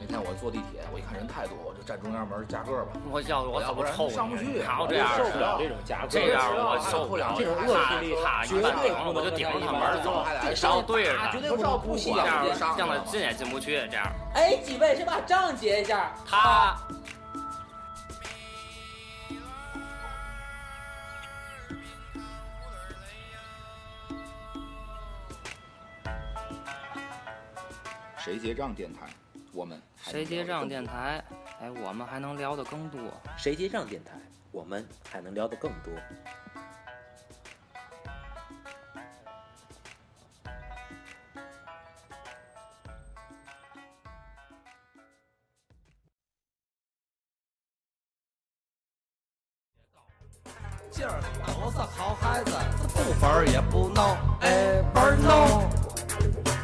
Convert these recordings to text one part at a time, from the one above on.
那天我坐地铁，我一看人太多，我就站中央门夹个吧。我要我要怎不么然臭上不去啊还有我这也样受的不了这种夹这样我受不了，啊这种恶他势力他绝一般对顶着不我能就顶着跟他一门般儿人走还来，然后对着他他，绝对这不照顾细这节样上啊这样来的了进也进不去，这样哎，几位谁把账结一下？他谁结账电台？我们还能谁结聊得账更电多？台？哎，我们还能聊得更多。谁结账电台，我们还能聊得更多。今儿都是好孩子，不玩儿也不闹，哎，玩儿闹。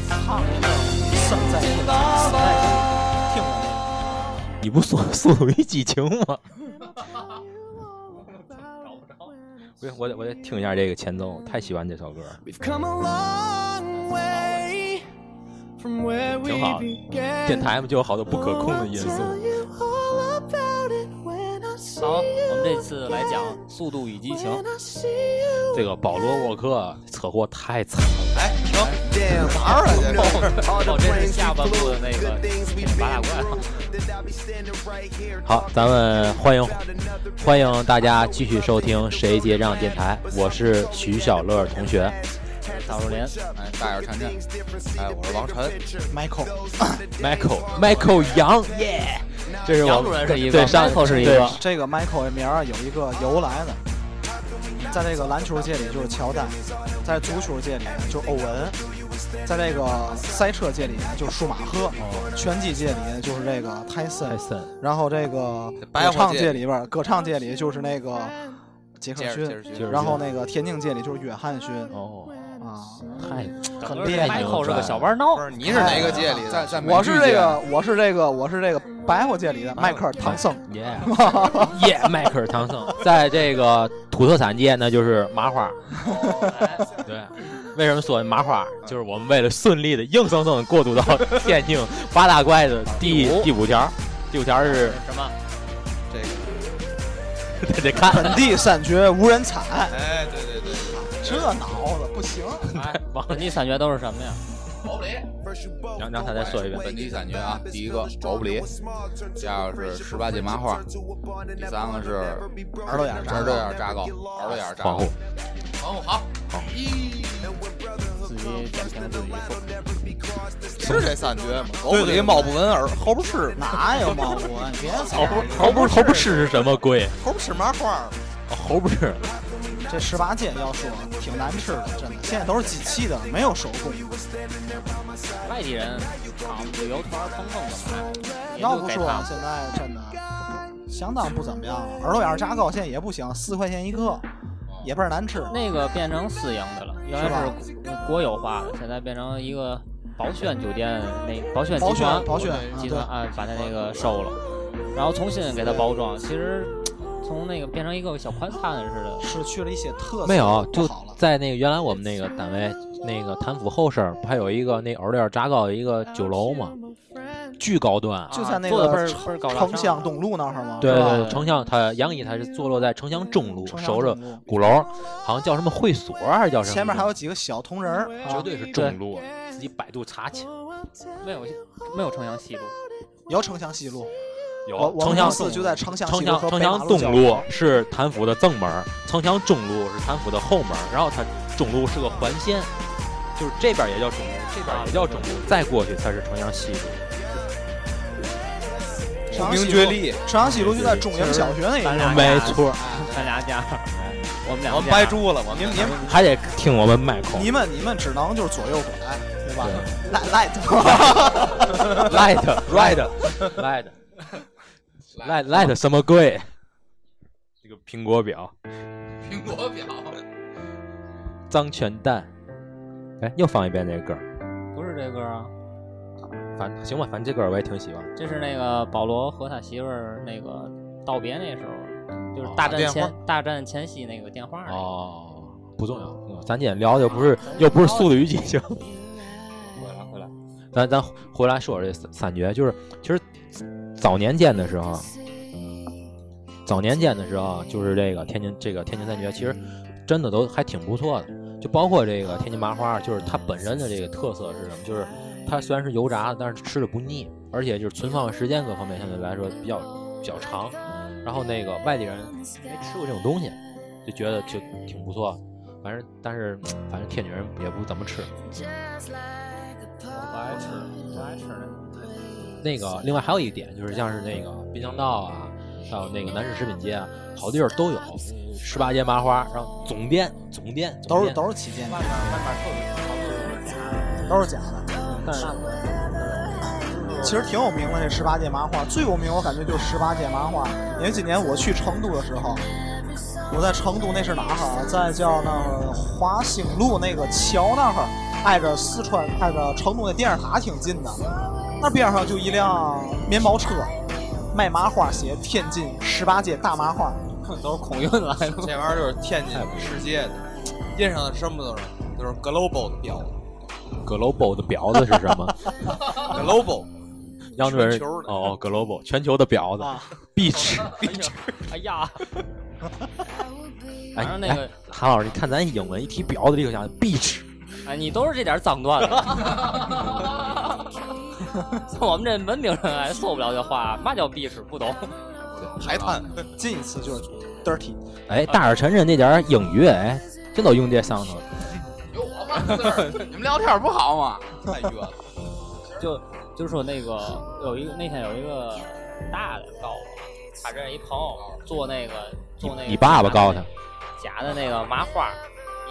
生在这个时代，听我的。你不 速速度与激情吗？不行，我得我得听一下这个前奏，太喜欢这首歌了。 We've come a long way from where we 挺好的嗯 began. 电台嘛，就有好多不可控的因素。 好，我们这次来讲《速度与激情》。这个保罗沃克车祸太惨了，哎，停！ Damn, 啊 all right. 哦，这是下半部的那个八大啊怪。好，咱们欢迎欢迎大家继续收听《谁结账》电台，我是徐小乐同学。大如林，哎，大眼馋馋，哎，我是王晨， Michael Michael 杨耶，这是我杨主任是一个对上 Michael 是一个对这个 Michael 的名儿有一个由来的，在这个篮球界里就是乔丹，在足球界里就是欧文，在这个赛车界里就是舒马赫，哦拳击界里就是这个泰泰森，森然后这个白歌话唱界界里边儿，歌唱界里就是那个杰克杰逊尔杰，逊然后那个田径界里就是约翰逊哦，啊，太很厉害 Michael 是个小弯闹不，是你是哪个界里在的？在我是个这个，我是这个，我是这个白话界里的迈克尔·唐僧。耶耶，迈克尔·唐僧在这个土特产界那就是麻花。对，为什么说麻花？就是我们为了顺利的硬生生地过渡到天津八大怪的第第五条，第五条是什么？这个，得得看 本地三绝无人踩，哎，对对对，这脑子不行。哎，本地三绝都是什么呀？让让他再说一遍本地三绝啊，第一个狗不理，第二个是十八斤麻花，第三个是耳朵眼儿炸糕耳朵眼儿炸糕，耳朵眼儿炸恍糕惚。。自己点评自己说。是这三绝吗？狗不理，猫不闻，耳猴不吃，哪有猫窝？你别猴操！猴不猴不吃是什么鬼？猴不吃麻花。哦猴不吃，这十八街要说挺难吃的，真的，现在都是机器的，没有手工。外地人啊，旅游团疯疯的买，也要就不给说他。现在真的相当不怎么样。耳朵眼儿炸糕现在也不行，四块钱一个，也倍儿难吃。那个变成私营的了，原来是国有化的，现在变成一个宝轩酒店那宝轩集保选团保选啊，集对团，啊把它那个收了，然后重新给它包装。其实从那个变成一个小快餐似的，失去了一些特色，没有，不就好了。在那个原来我们那个单位，那个谭府后身儿不还有一个那耳朵眼炸糕的一个酒楼嘛，巨高端。啊就在那啊做的倍个儿倍儿高大上城乡东路那儿吗？对是吧对，城乡它杨一它是坐落在城乡中路，城乡守着东路鼓楼，好像叫什么会所啊还是叫什么？前面还有几个小铜人儿，绝对是中路，啊自己百度查去。没有没有城乡西路，有城乡西路。我有啊我城们乡公司就在城乡城西路乡和城北马乡路交东界路是谭府的正门儿，城乡中路是谭府的后门儿，然后它中路是个环线，就是这边儿也叫中路，这边儿也叫中路，再过去才是城乡西路。城乡名西绝路利，城乡西路就在中原小学那一咱边俩。啊没错，咱俩家，我们俩我们白住了，我们你们还得听我们麦克。你们你们只能就是左右拐，对吧对？Light light， light red light light light 什么鬼？这个苹果表， 苹果表，张全蛋，哎，又放一遍这歌儿，不是这歌啊，反行吧，反正这歌儿我也挺喜欢。这是那个保罗和他媳妇儿那个道别那时候，就是哦大打战电话前大战前夕那个电话那个。哦，不重要，不重要咱今天聊的又不是又不是《速度与激 情》。回来回来，咱咱回来说这三三绝，就是其实早年间的时候，啊早年间的时候，啊就是这个天津这个天津三绝，其实真的都还挺不错的。就包括这个天津麻花，就是它本身的这个特色是什么？就是它虽然是油炸，但是吃的不腻，而且就是存放的时间各方面相对来说比较比较长。然后那个外地人没吃过这种东西，就觉得就挺不错。反正但是反正天津人也不怎么吃。不爱吃，不爱吃那那个，另外还有一点就是，像是那个滨江道啊，还有那个南市食品街啊，好地儿都有。十八街麻花，然后总店总店总都是店都是旗舰外店，面外面特别好多都是假的都是假的。但是其实挺有名的这十八届麻花，最有名我感觉就是十八届麻花。因为今年我去成都的时候，我在成都那是哪儿哈，在叫那个华兴路那个桥那儿，挨着四川挨着成都那电视塔挺近的，那边上就一辆面包车，卖麻花鞋，天津十八届大麻花。都是孔运来的。这玩意儿就是天津世界的，印上的什么都是都是 global 的标，global 的婊子是什么？ ，global 杨主任全球的哦，global 全球的婊子啊，beach。 哎呀，哎反正那个哎韩老师，你看咱英文一提婊子，立刻想 beach。哎，你都是这点脏段子。像我们这文明人哎，受不了这话，嘛叫逼屎不懂。 海滩，近一次就是 dirty，哎，大耳晨晨那点儿英语，哎，真都用这上头了。有我吗？字儿 你们聊天不好吗？太远了。就就说那个有一个那天有一个大的告我，他认识一朋友做那个做那个你爸爸告诉他，假的那个麻花，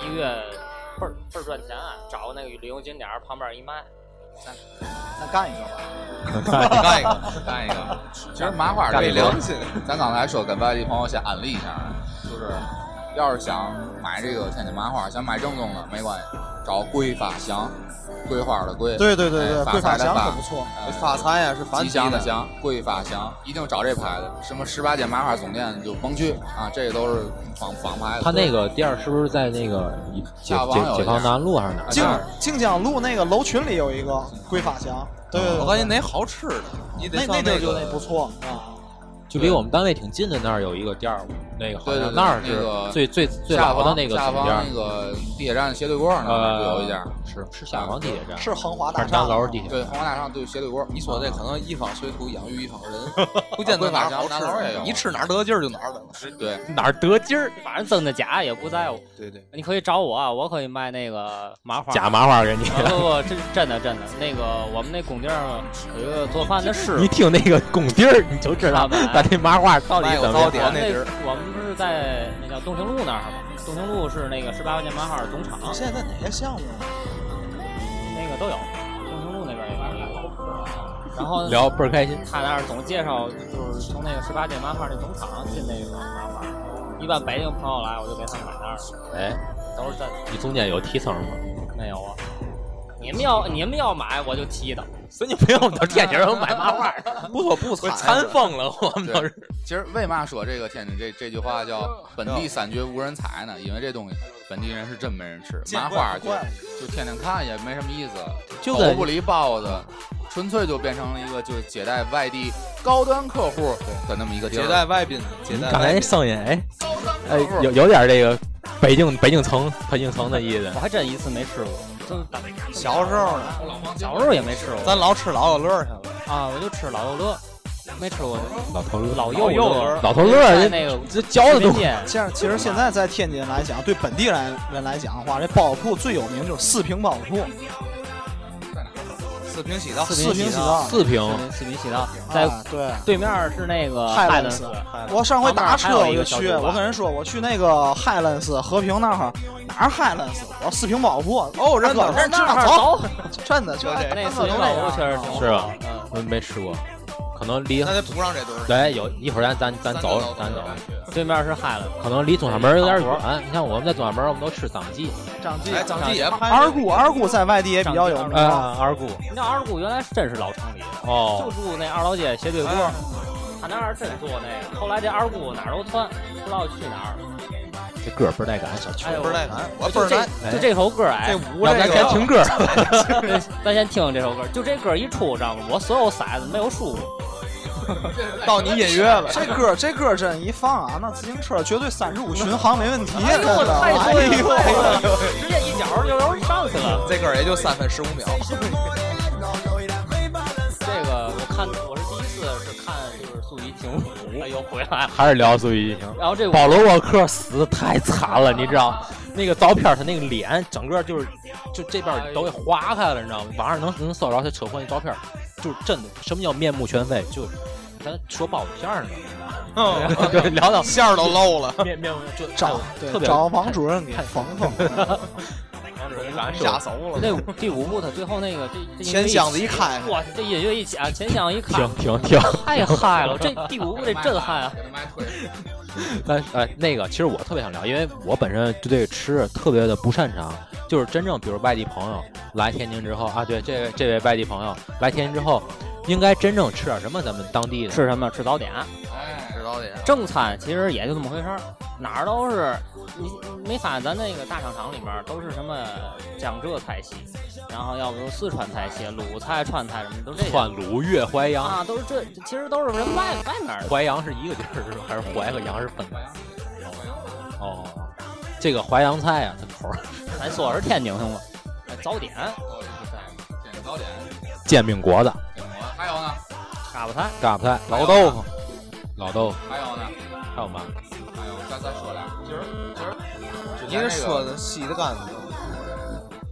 一个月倍儿倍儿赚钱、啊，找那个旅游景点儿旁边一卖，咱干一个吧。干哎一个，干一个。 其实麻花干这一个个良心， 咱刚才说跟外地朋友先安利一下啊，就是要是想买这个天津麻花，想买正宗的没关系，找桂发祥，桂花的桂，对对对哎对，发桂财发的祥可发不错。呃发财呀，是繁吉体祥的祥，桂发祥，一定找这牌子。什么十八街麻花总店你就甭去啊，这都是仿仿牌的。他那个店儿是不是在那个解下网解有解一放家南路还是哪儿？靖当然靖江路那个楼群里有一个桂发祥，对对对，我对感觉哪好吃的，你得那上那地儿就个那不错啊。就离我们单位挺近的那儿有一个店儿，那个好对对像对那儿那个是最最最下老方的那个下总方店儿那，个地铁站斜对过那儿呃有一家，是是下方地铁站，是恒华还大是厦南吗楼地铁站？对，黄花大厦对斜对过。你说这可能一方水土养育一方 人，不见得桂哪发儿祥好南楼也有吃，你吃哪儿得劲儿就哪儿得了。对，哪儿得劲儿？反正真的假也不在乎。对对，你可以找我啊，我可以卖那个麻花。假麻花给你，啊不不，这是真的真的。那个我们那工地儿有一个做饭的师傅你，听那个工地儿你就知他道们咱这麻花到底哪有怎么糕我样。点们那地儿我们不是在那叫洞庭路那儿吗？洞庭路是那个十八块钱麻花总厂，啊现在在哪些项目？那个都有。洞庭路那边也有一个。然后聊倍儿开心，他那儿总介绍，就是从那个十八届麻花那总厂进那个麻花。一般北京朋友来，我就给他们买那儿，哎，都是真你中间有提成吗？的，没有啊。你们要你们要买，我就提的。神经病，我们都天津人我们买麻花， 不说不惨，疯了，我们都其实为嘛说这个天津这这句话叫本地三绝无人采呢？因为这东西本地人是真没人吃，麻花就就天天看也没什么意思，就狗在不理包子，纯粹就变成了一个就接待外地高端客户的那么一个地儿。嗯接待外宾，接你待刚才外那宾声音，哎高端客哎，户有有点这个北京北京城北京城的意思我。还真一次没吃过，真的小时候呢，小时候也没吃过。咱老吃老有乐去了。啊，我就吃老幼乐，没吃过老头乐，老幼乐，老头乐，在人那个这嚼的食都品街这样，其实现在在天津来讲，对本地人人来讲的话，这包子铺最有名就是四平包子铺，四平喜啊道，四平喜喜道。四平。啊四民喜道，在哎，对，对面是那个泰海伦伦斯斯，我上回打车旁边还我有一就个小去，酒吧我跟人说我去那个海伦斯和平那儿，哪是海伦斯？我说四平包子铺。哦，认得认那道儿走，走，真的就那四民老确实挺好是吧？嗯我没吃过，可能离那得补上这顿。对有一会儿咱咱咱走咱走，对面是海伦，可能离中山门有点远。你看我们在中山门，我们都吃张记张记哎，张继也拍二姑二姑在外地也比较有名啊。二姑你知道二姑原来真是老城里，哦哎就，住那二老街斜对过，他那儿真做那个，后来这二姑哪儿都窜，不知道去哪儿。这歌倍儿带感，小秋哎。呦，倍儿带感，我倍就儿带这。就这首歌哎这，屋要不这咱个先听歌，对咱先听听这首歌，就这歌一出，知道吗？我所有骰子没有输过。到你音乐了，这歌这歌真一放啊，那自行车绝对三十五巡航没问题。哎呦，我太哎多呦，了，直接一脚就能上去了。这歌儿也就三分十五秒。这个我看我是第一次是看就是素衣情舞，哎呦回来了。 还是聊苏雨行。然后这个保罗沃克死得太惨了，你知道？那个照片儿，他那个脸整个就是，就这边儿都给划开了，你知道吗？网上能能搜着他车祸那照片儿，就是真的。什么叫面目全非？就咱说包子馅儿呢，嗯嗯对，聊到馅儿都漏了，面面目就找特对别找王主任给缝缝。难受。吓熟了。这五第五幕，他最后那个这这音乐前箱子一开，哇，这音乐一起啊，前响一卡停，停停！太嗨了！这第五幕得震撼 啊！给他妈推了，但呃，那个其实我特别想聊，因为我本身就对吃特别的不擅长，就是真正比如外地朋友来天津之后啊，对，这位这位外地朋友来天津之后，应该真正吃点什么咱们当地的吃什么？吃早点。哎，知道的，正餐其实也就那么回事儿，哪儿都是你你没发现咱那个大商场里面儿都是什么江浙菜系，然后要不就四川菜系、鲁菜、川菜什么都这些川鲁粤淮扬。啊，都是这其实都是人外外面儿的。淮扬是一个地儿是吧？还是淮和扬是分开？哦，这个淮扬菜啊，它口儿咱说是天津行吗？哎早点点个早点， 煎饼果子、点馍，还有呢，嘎巴菜，嘎巴菜、老豆腐、老豆腐，还有呢，还有嘛？还有，再再说俩，今儿今儿之你前这那说个的稀的干净，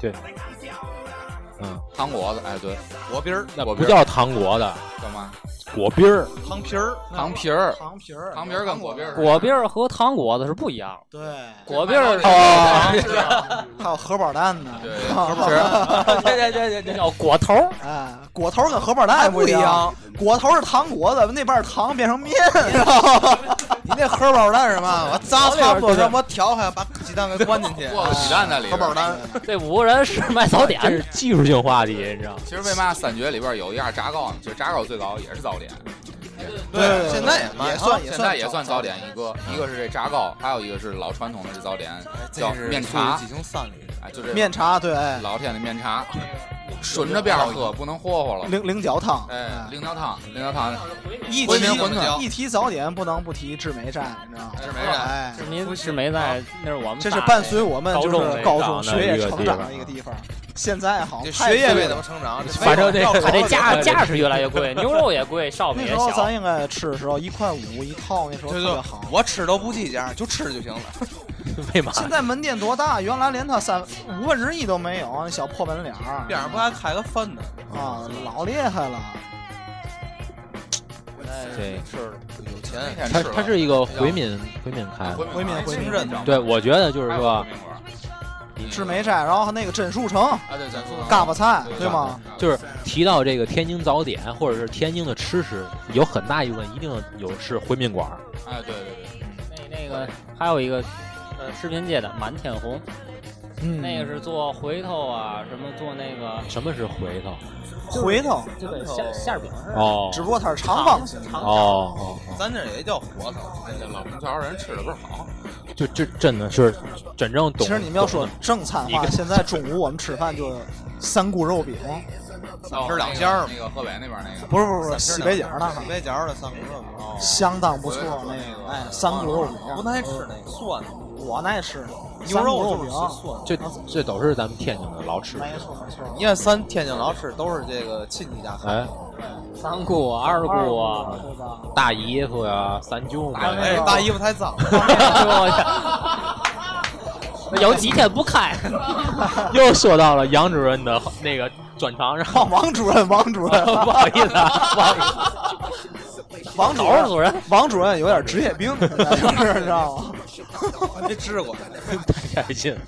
糖果子，哎，对，果皮儿、那果不皮儿叫糖果子，干嘛？果冰儿。糖皮儿，糖皮儿，糖皮儿，糖皮儿跟果皮儿是，果篦儿和糖果子是不一样的。对，果篦儿啊哦是还有荷包蛋呢。啊对，对对对对对，哦 叫果头儿。 哎，果头跟荷包蛋不一样，果头是糖果子，那边儿糖变成面。 你那荷包蛋是嘛？我砸差不多，让我调开，把鸡蛋给灌进去。过个鸡蛋在里啊荷边包儿。蛋，这五个人是卖早点这是的，技术性话题，你知道吗？其实为嘛三绝里边有一样炸糕呢？其实炸糕最高也是早点，对现在也卖也算现算在也算早点一个，一个是这炸糕，还有一个是老传统的这早点，叫这是面茶属于几星三里，哎，就这面茶，对，哎老天的面茶，顺着边儿喝，不能霍霍了。菱菱角汤。哎，菱角汤，菱角汤，一回民提馄饨一提早点，不能不提制煤站，你知道吗？这没人。哎，您是啊没在那是我们这是大伴那随我们高就中是那高个中的学业一个成地长方的一个地方。现在好这像学太业为贵怎了么。成长？这反正这要个它考这虑价价是越来越贵，牛肉也贵，烧饼那也时候小咱。应该吃的时候一块五一套，那时候特对别对好，。我吃都不计价，就吃就行了。为嘛？现在门店多大？原来连它三五分之一都没有，那小破门脸儿边上不还开个饭呢？啊，老厉害了。这有钱，它它是一个回民回民开的。回民清真的。对，我觉得就是说，制煤斋，然后那个真树城嗯啊，对，咱嗯说嘎巴菜，对吗？？就是提到这个天津早点或者是天津的吃食，有很大一部分一定有是回民馆儿。哎，对对对，那那个还有一个，呃，视频界的满天红，嗯，那个是做回头啊，什么做那个什么是回头？回头，就跟馅馅饼似的。哦只不过它是长方形。哦，咱这也叫火头，那老红桥人吃的倍儿好，哦就这真的是真正懂。其实你们要说正餐的一话，个现在中午我们吃饭就三菇肉饼，三皮儿两馅儿那个河北那边那个，不是不是不是西北角那哈西，北角的三明治。相当不错我也说那那个，个哎，三菇肉饼，我不爱吃那个酸的，我爱吃牛三肉菇肉就是饼，酸这这都是咱们天津的老吃。没错没错。你看，咱天津老吃都是这个亲戚家开哎，三姑啊，二二姑啊，对吧？大姨夫呀，三舅 妈哎，呀，大姨夫太脏了，我去， 有几天不 开，又说到了杨主任的那个专长，然 后王 王主任，王主任， 不好意思啊，不好意思，王主老是任，主人。王主任有点职业病，现在 就是你知道吗？我没治过。太开 心了。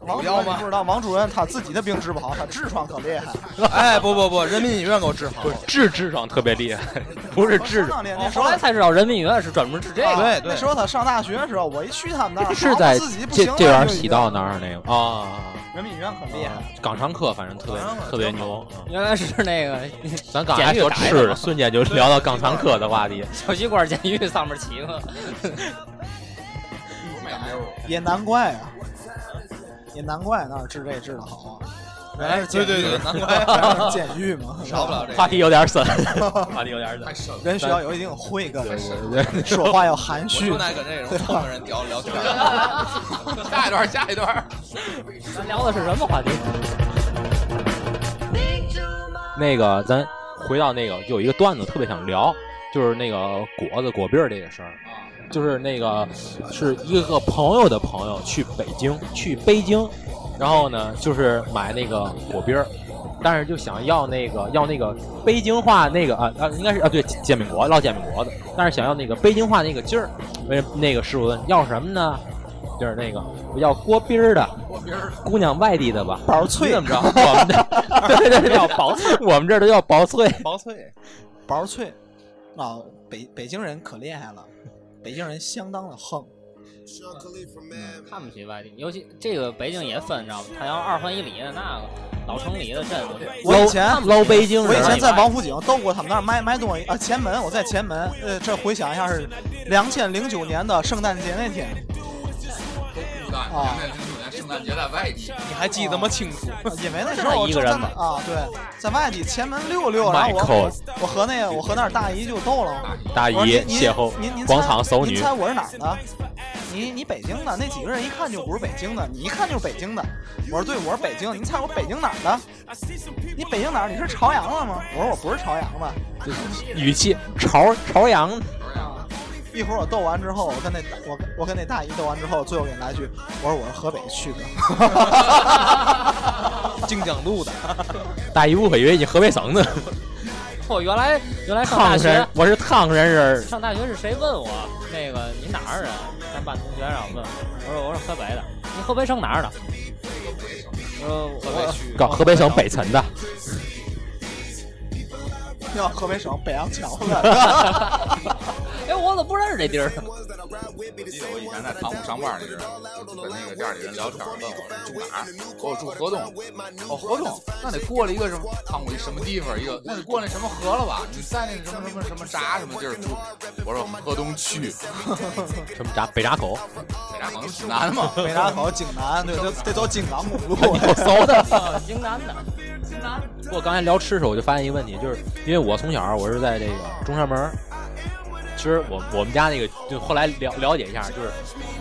王主任你不知道，王主任他自己的病治不好，他痔疮可厉害。哎，不不不，人民医院给我治好不是了。治痔疮特别厉害，不是痔我疮上当，年那时哦后候啊来才知道人民医院是专门治这个。对那对时，候他上大学的时候，我一去他们那儿，是在自己不这行了这玩意儿就已洗经到哪儿那个啊？人民银行很厉害，港商客反正特别港商客特别牛。嗯原来是那个咱刚才监说狱吃逮的，的瞬间就聊到港商客的话题。小吸管监狱上面骑个，也难怪啊，也难怪那儿治这治的好啊，原来是监哎对狱，对对，难怪原来是监狱嘛， 少不了这 话个。题有 点深，话题有点深。深了，人需要有一定慧根，对说话要含我蓄就。爱跟这种聪明人聊聊天儿。下一段，下一段。咱 聊的是什么话题？那个，咱回到那个，有一个段子特别想聊，就是那个果子果篦儿这个事儿。就是那个是一个朋友的朋友去北京，去北京，然后呢，就是买那个果篦儿，但是就想要那个要那个北京话那个啊啊，应该是啊对煎饼果烙煎饼果子，但是想要那个北京话那个劲儿。为那个师傅问要什么呢？就是那个我要锅篦儿的，锅篦儿姑娘外地的吧，薄脆怎么着？我们这对对对叫薄脆，我们这儿都叫薄脆。薄脆，薄脆，啊，北北京人可厉害了，北京人相当的横，看不起外地，尤其这个北京也分，你知道吗？他要二环以里的那个老城里的镇，我觉得我以前捞捞北京人，我以啊前在王府井斗过他们那儿买买东西啊，前门，我在前门，呃，这回想一下是两千零九年的圣诞节那天，啊，零九年圣诞节在外地，你还记得么清楚？啊 因为那时候我一个人正在买啊，对，在外地前门溜溜，然后我 Michael 我和那个我和那儿大姨就逗了，大姨我说您您邂逅您您广猜场搜您女，猜我是哪儿的？你你北京的那几个人一看就不是北京的，你一看就是北京的。我说对，我是北京。您猜我北京哪儿的？你北京哪儿？你是朝阳的吗？我说我不是朝阳的。语气朝朝阳，一会儿我斗完之后，我跟那我跟我跟那大姨斗完之后，最后给你来一句，我说我是河北去 的。京江路的，大姨误会以为你河北省的，我原来原来上大唐学山，我是唐山人，上大学是谁问我那个你哪儿人？啊咱班同学让我问，我说我是河北的，你河北省哪儿的？呃，我搞河北省北辰的，要河北省北洋桥的，哎，我怎么不认识这地儿？啊我记得我以前在汤姆上班那阵儿，就跟那个店里人聊天，问我住哪儿，我说住河东，哦河东，那得过了一个什么汤姆一什么地方，一个那得过那什么河了吧？你在那个什么什么什么闸什么地儿住？我说河东区，什么闸北闸口，北闸能济南嘛？ 北大口、济南，对，得得走井冈公路。你够骚的。啊，京南的，京南。 不过刚才聊吃的时候，我就发现一个问题，就是因为我从小啊我是在这个中山门儿，其实我我们家那个就后来了了解一下，就是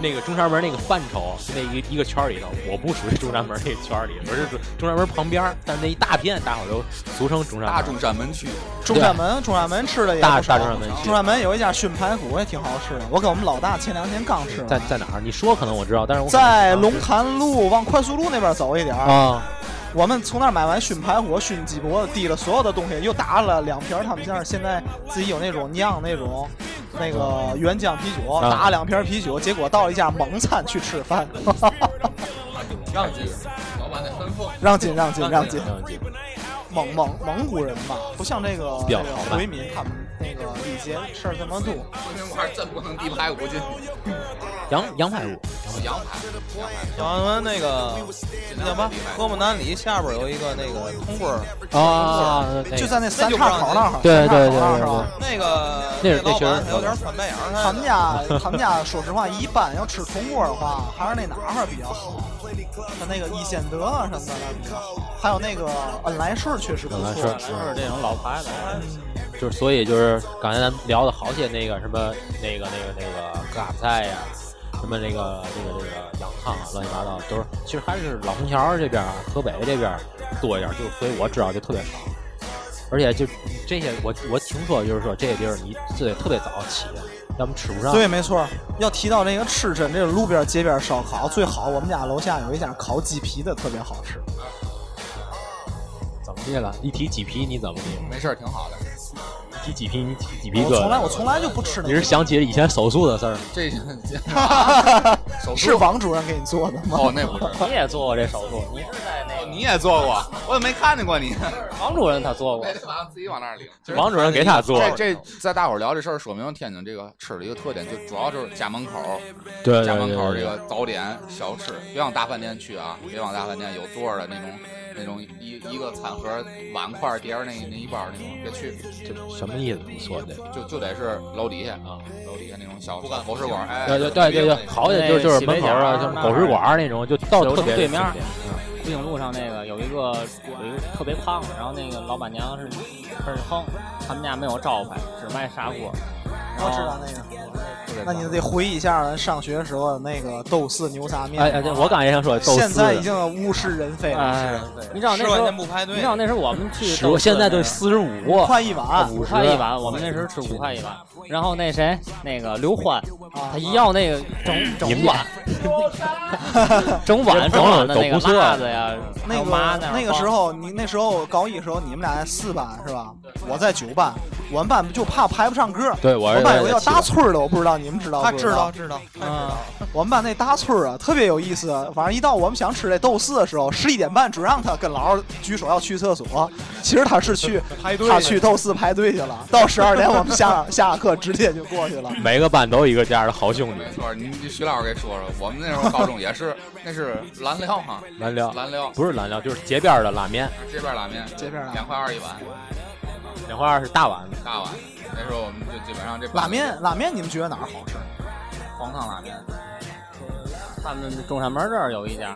那个中山门那个范畴，就那一个一个圈儿里头，我不属于中山门那个圈儿里，我是中中山门旁边儿，但那一大片大伙都俗称中山门。大中山门区， 中山门，中山门吃的也大不少大中山门中山门有一家熏排骨也挺好吃的，我跟我们老大前两天刚吃在完。在哪儿？你说可能我知道，但是我可能在龙潭路往快速路那边走一点儿，啊，我们从那儿买完熏排骨、熏鸡脖子，提了所有的东西，又打了两瓶儿他们家现在自己有那种酿那种那个原浆啤酒，啊打了两瓶儿啤酒，结果到一家蒙餐去吃饭， 让进，老板得吩咐。让进让进让进，嗯对蒙蒙蒙古人吧，不像这个比较那个豪迈回民他们那个礼节事儿这么多。回民我还真不能地排骨进去，羊羊排骨，哦羊排，讲完那个叫什么河姆南里下边有一个那个通棍儿，啊，那就个在那三岔口那儿，对三岔对口那儿对对是吧对？那个那是那老确实板还有点反白眼儿，他们家他们家说实话，一般要吃铜锅的话，还是那哪块儿比较好，像那个一仙德啊什么的那比较好，还有那个恩来顺儿确实不恩来错顺。是这种老牌子，就是所以就是刚才咱们聊的好些那个什么那个那个那个疙瘩菜呀、什么那个那呃个那个羊汤啊，乱七八糟都是，其实还是老红桥这边儿啊河北这边儿多一点儿，就所以我知道就特别少。而且就这些，我我听说就是说这些地儿你自己特别早起，要么吃不上。对，没错。要提到这个吃真，这个路边街边烧烤最好，我们家楼下有一家烤鸡皮的特别好吃。怎么地了？一提几皮你怎么地？没事儿，挺好的。一提几皮你起几皮疙我瘩？从来我从来就不吃那你是个。想起了以前手术的事儿吗？这手 是术王主任给你做的吗？哦，那不是。你也做过这手术？你是在那你也做过，我怎么没看见过你？王主任他做过每，天晚哎上自己往那儿领。王主任给他做，这这在大伙儿聊这事儿，说明天津这个吃的一个特点，就主要就是家门口儿，对对家门对口儿这对个早点小吃，别往大饭店去啊，别往大饭店有座儿的那种。那种一一个餐盒碗筷碟儿那那一包儿那种，别去，这什么意思？你说的就就得是楼底下啊，楼底下那种小小狗食馆儿，哎，对对对对对，好点就是就是那个门口啊，喜就北角是那狗食儿馆儿那种，就到柳特城别对里面儿面步行路上那个有一个有一个特别胖的，然后那个老板娘是很横，他们家没有招牌，只卖砂锅。 我知道那个，特别那你得回忆一下咱上学时候那个豆豉牛杂面。哎哎，对我刚才也想说豆现丝在已的，经物是人非了，哎，你知道那吃时完候先，不排你队知。道那时候我们去十豆我豉现在那都个四十五五，块一碗五哎块一碗，我们那时候吃五块一碗。然后那谁，那个刘欢，啊他一要那个整你整们碗， 整碗整碗的那个辣子呀，还那有个妈那个时，候，你那时候高一时候，你们俩在四班是吧？我在九班，我们班就怕排不上个儿。对我我是们班有个叫七搭村儿的，我不知道你们知道他不知知道知道，啊，我们班那搭村儿啊，特别有意思。晚上一到我们想吃这豆豉的时候，十一点半只让他跟老师举手要去厕所，其实他是去排他去豆豉排队去了。到十二点我们下下了课直接就过去了。每个班都有一个这样的好兄弟没，错，你你徐老师给说说，我们那时候高中也是，那是蓝料哈，蓝料蓝料，不是蓝料，就是街边儿的拉面，这边拉面，这边啊儿拉面两块二一碗，两块二是大碗的，大碗的。那时候我们就基本上这拉面拉面，你们觉得哪儿好吃？黄汤拉面，他们中山门这儿有一家，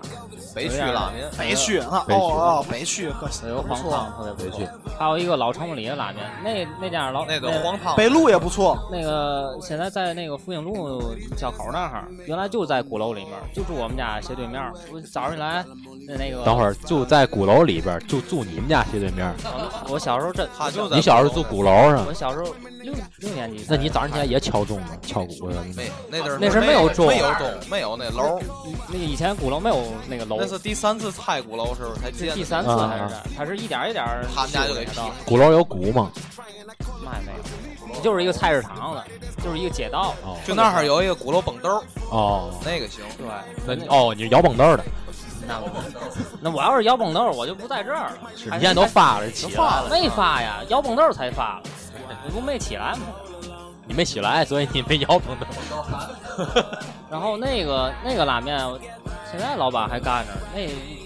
北区拉面，北区那北区哦哦，北区可行有不黄错，汤特别不错，还有一个老城里的拉面，那那家老那个黄汤北路也不错。那个现在在那个复兴路小口那儿，原来就在鼓楼里面，就住我们家斜对面。我早上一来，那个等会儿就在鼓楼里边儿，就住你们家斜对面儿。我我小时候真，他就在你小时候住鼓楼上我，小时候六六年级，那你早上起来也敲钟吗？敲鼓啊的？没那阵儿那时候没有钟没有钟，没有那楼，那个以前鼓楼没有那个楼那，是第三次拆鼓楼时候才是建第的。三次还是啥？它是一点一点他们家就给劈了，鼓楼有鼓吗？嘛也没有，就是一个菜市场了，就是一个街道。哦就那儿有一个鼓楼蹦兜儿，哦，那个行。对，那哦，你是摇蹦凳儿的，那我那我要是摇蹦豆，我就不在这儿了。你现在都发了，起来了，没发呀，摇蹦豆才发了，我不没起来吗？你没起来，所以你没摇蹦凳儿。然后那个那个拉面，我现在老板还干着，那一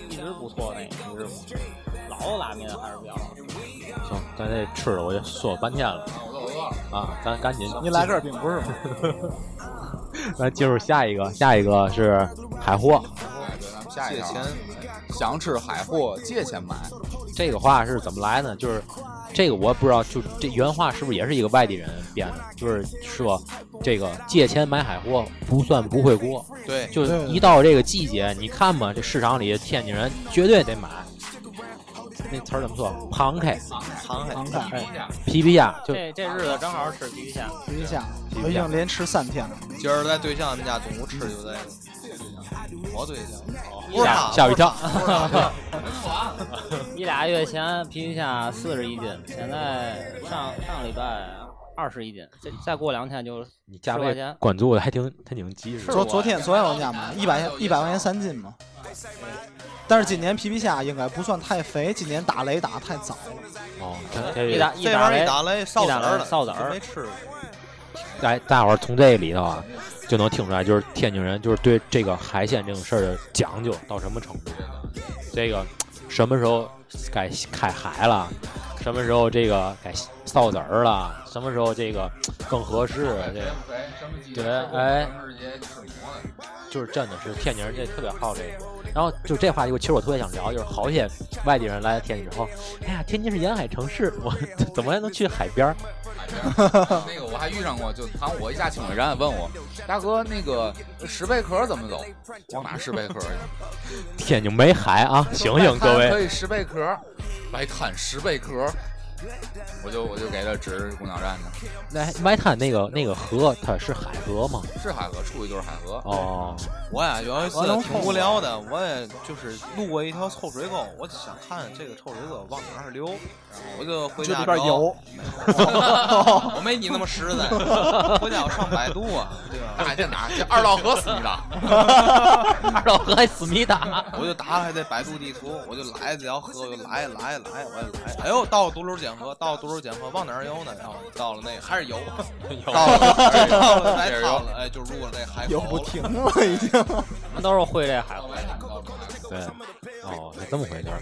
一直不错，那一直不错。老拉面还是比较好吃。行，咱这吃的我就说半天了我都饿了。啊，咱赶紧你来根儿饼不是吗？咱进入下一个，下一个是海货。哎，对，咱们下一借条钱啊，想吃海货借钱买，这个话是怎么来呢？就是这个我也不知道，就这原话是不是也是一个外地人编的？就是说这个借钱买海货不算不会过，对，就对一到这个季节，你看吧，这市场里天津人绝对得买。那词儿怎么说？螃蟹、啊螃蟹唐凯哎皮皮虾，就这这日子正好是吃皮虾，皮下，我已经连吃三天了。今儿在对象他们家中午吃就这个。我对象，不是吓他，吓我一跳。一俩月前皮虾四十一斤，现在上上礼拜二十一斤，这再过两天就 你价十块位钱关注的还挺还挺及时。昨昨天昨天我家买一百一百块钱三斤嘛，但是今年皮皮虾应该不算太肥，今年打雷打得太早了。哦，这这一打一这玩意儿一打打雷烧一子打儿雷了，烧子儿就没吃。大大伙儿从这里头啊，就能听出来，就是天津人就是对这个海鲜这种事儿的讲究到什么程度。这个什么时候该开海了，什么时候这个该臊子儿了，什么时候这个更合适，这个肥什么鸡对哎什么日节吃馍的就是真的是天津人这特别好这个。然后就这话题，我其实我特别想聊，就是好些外地人来天津之后，哎呀，天津是沿海城市，我 怎么还能去海边儿？海边儿。那个我还遇上过，就他我一下清水站问我，大哥那个石贝壳怎么走？往哪石贝壳去？天津没海啊，醒醒各 外滩可位！以石贝壳，外滩石贝壳，我就我就给他指宫岛站去，那外滩那个那个河，它是海河吗？是海河，出去就是海河。哦，我呀，有一次挺无聊的，我也就是路过一条臭水沟，我就想看这个臭水沟往哪儿流，我就回就家里边找游， 我没你那么实 在，回家我上百度啊，对吧？那这哪儿？这二道河死你的。 二道河还思密达， 我就打开这百度地图，我就来这条河，我就来来来，我就来，哎呦，到了独流涧河，到了独流涧河，往哪儿游呢？到到了那个还是游，啊到 了到了白接着游到了，哎，就入了那海口游不了。啊停了已经。都是会这海河。对，哦，是这么回事儿。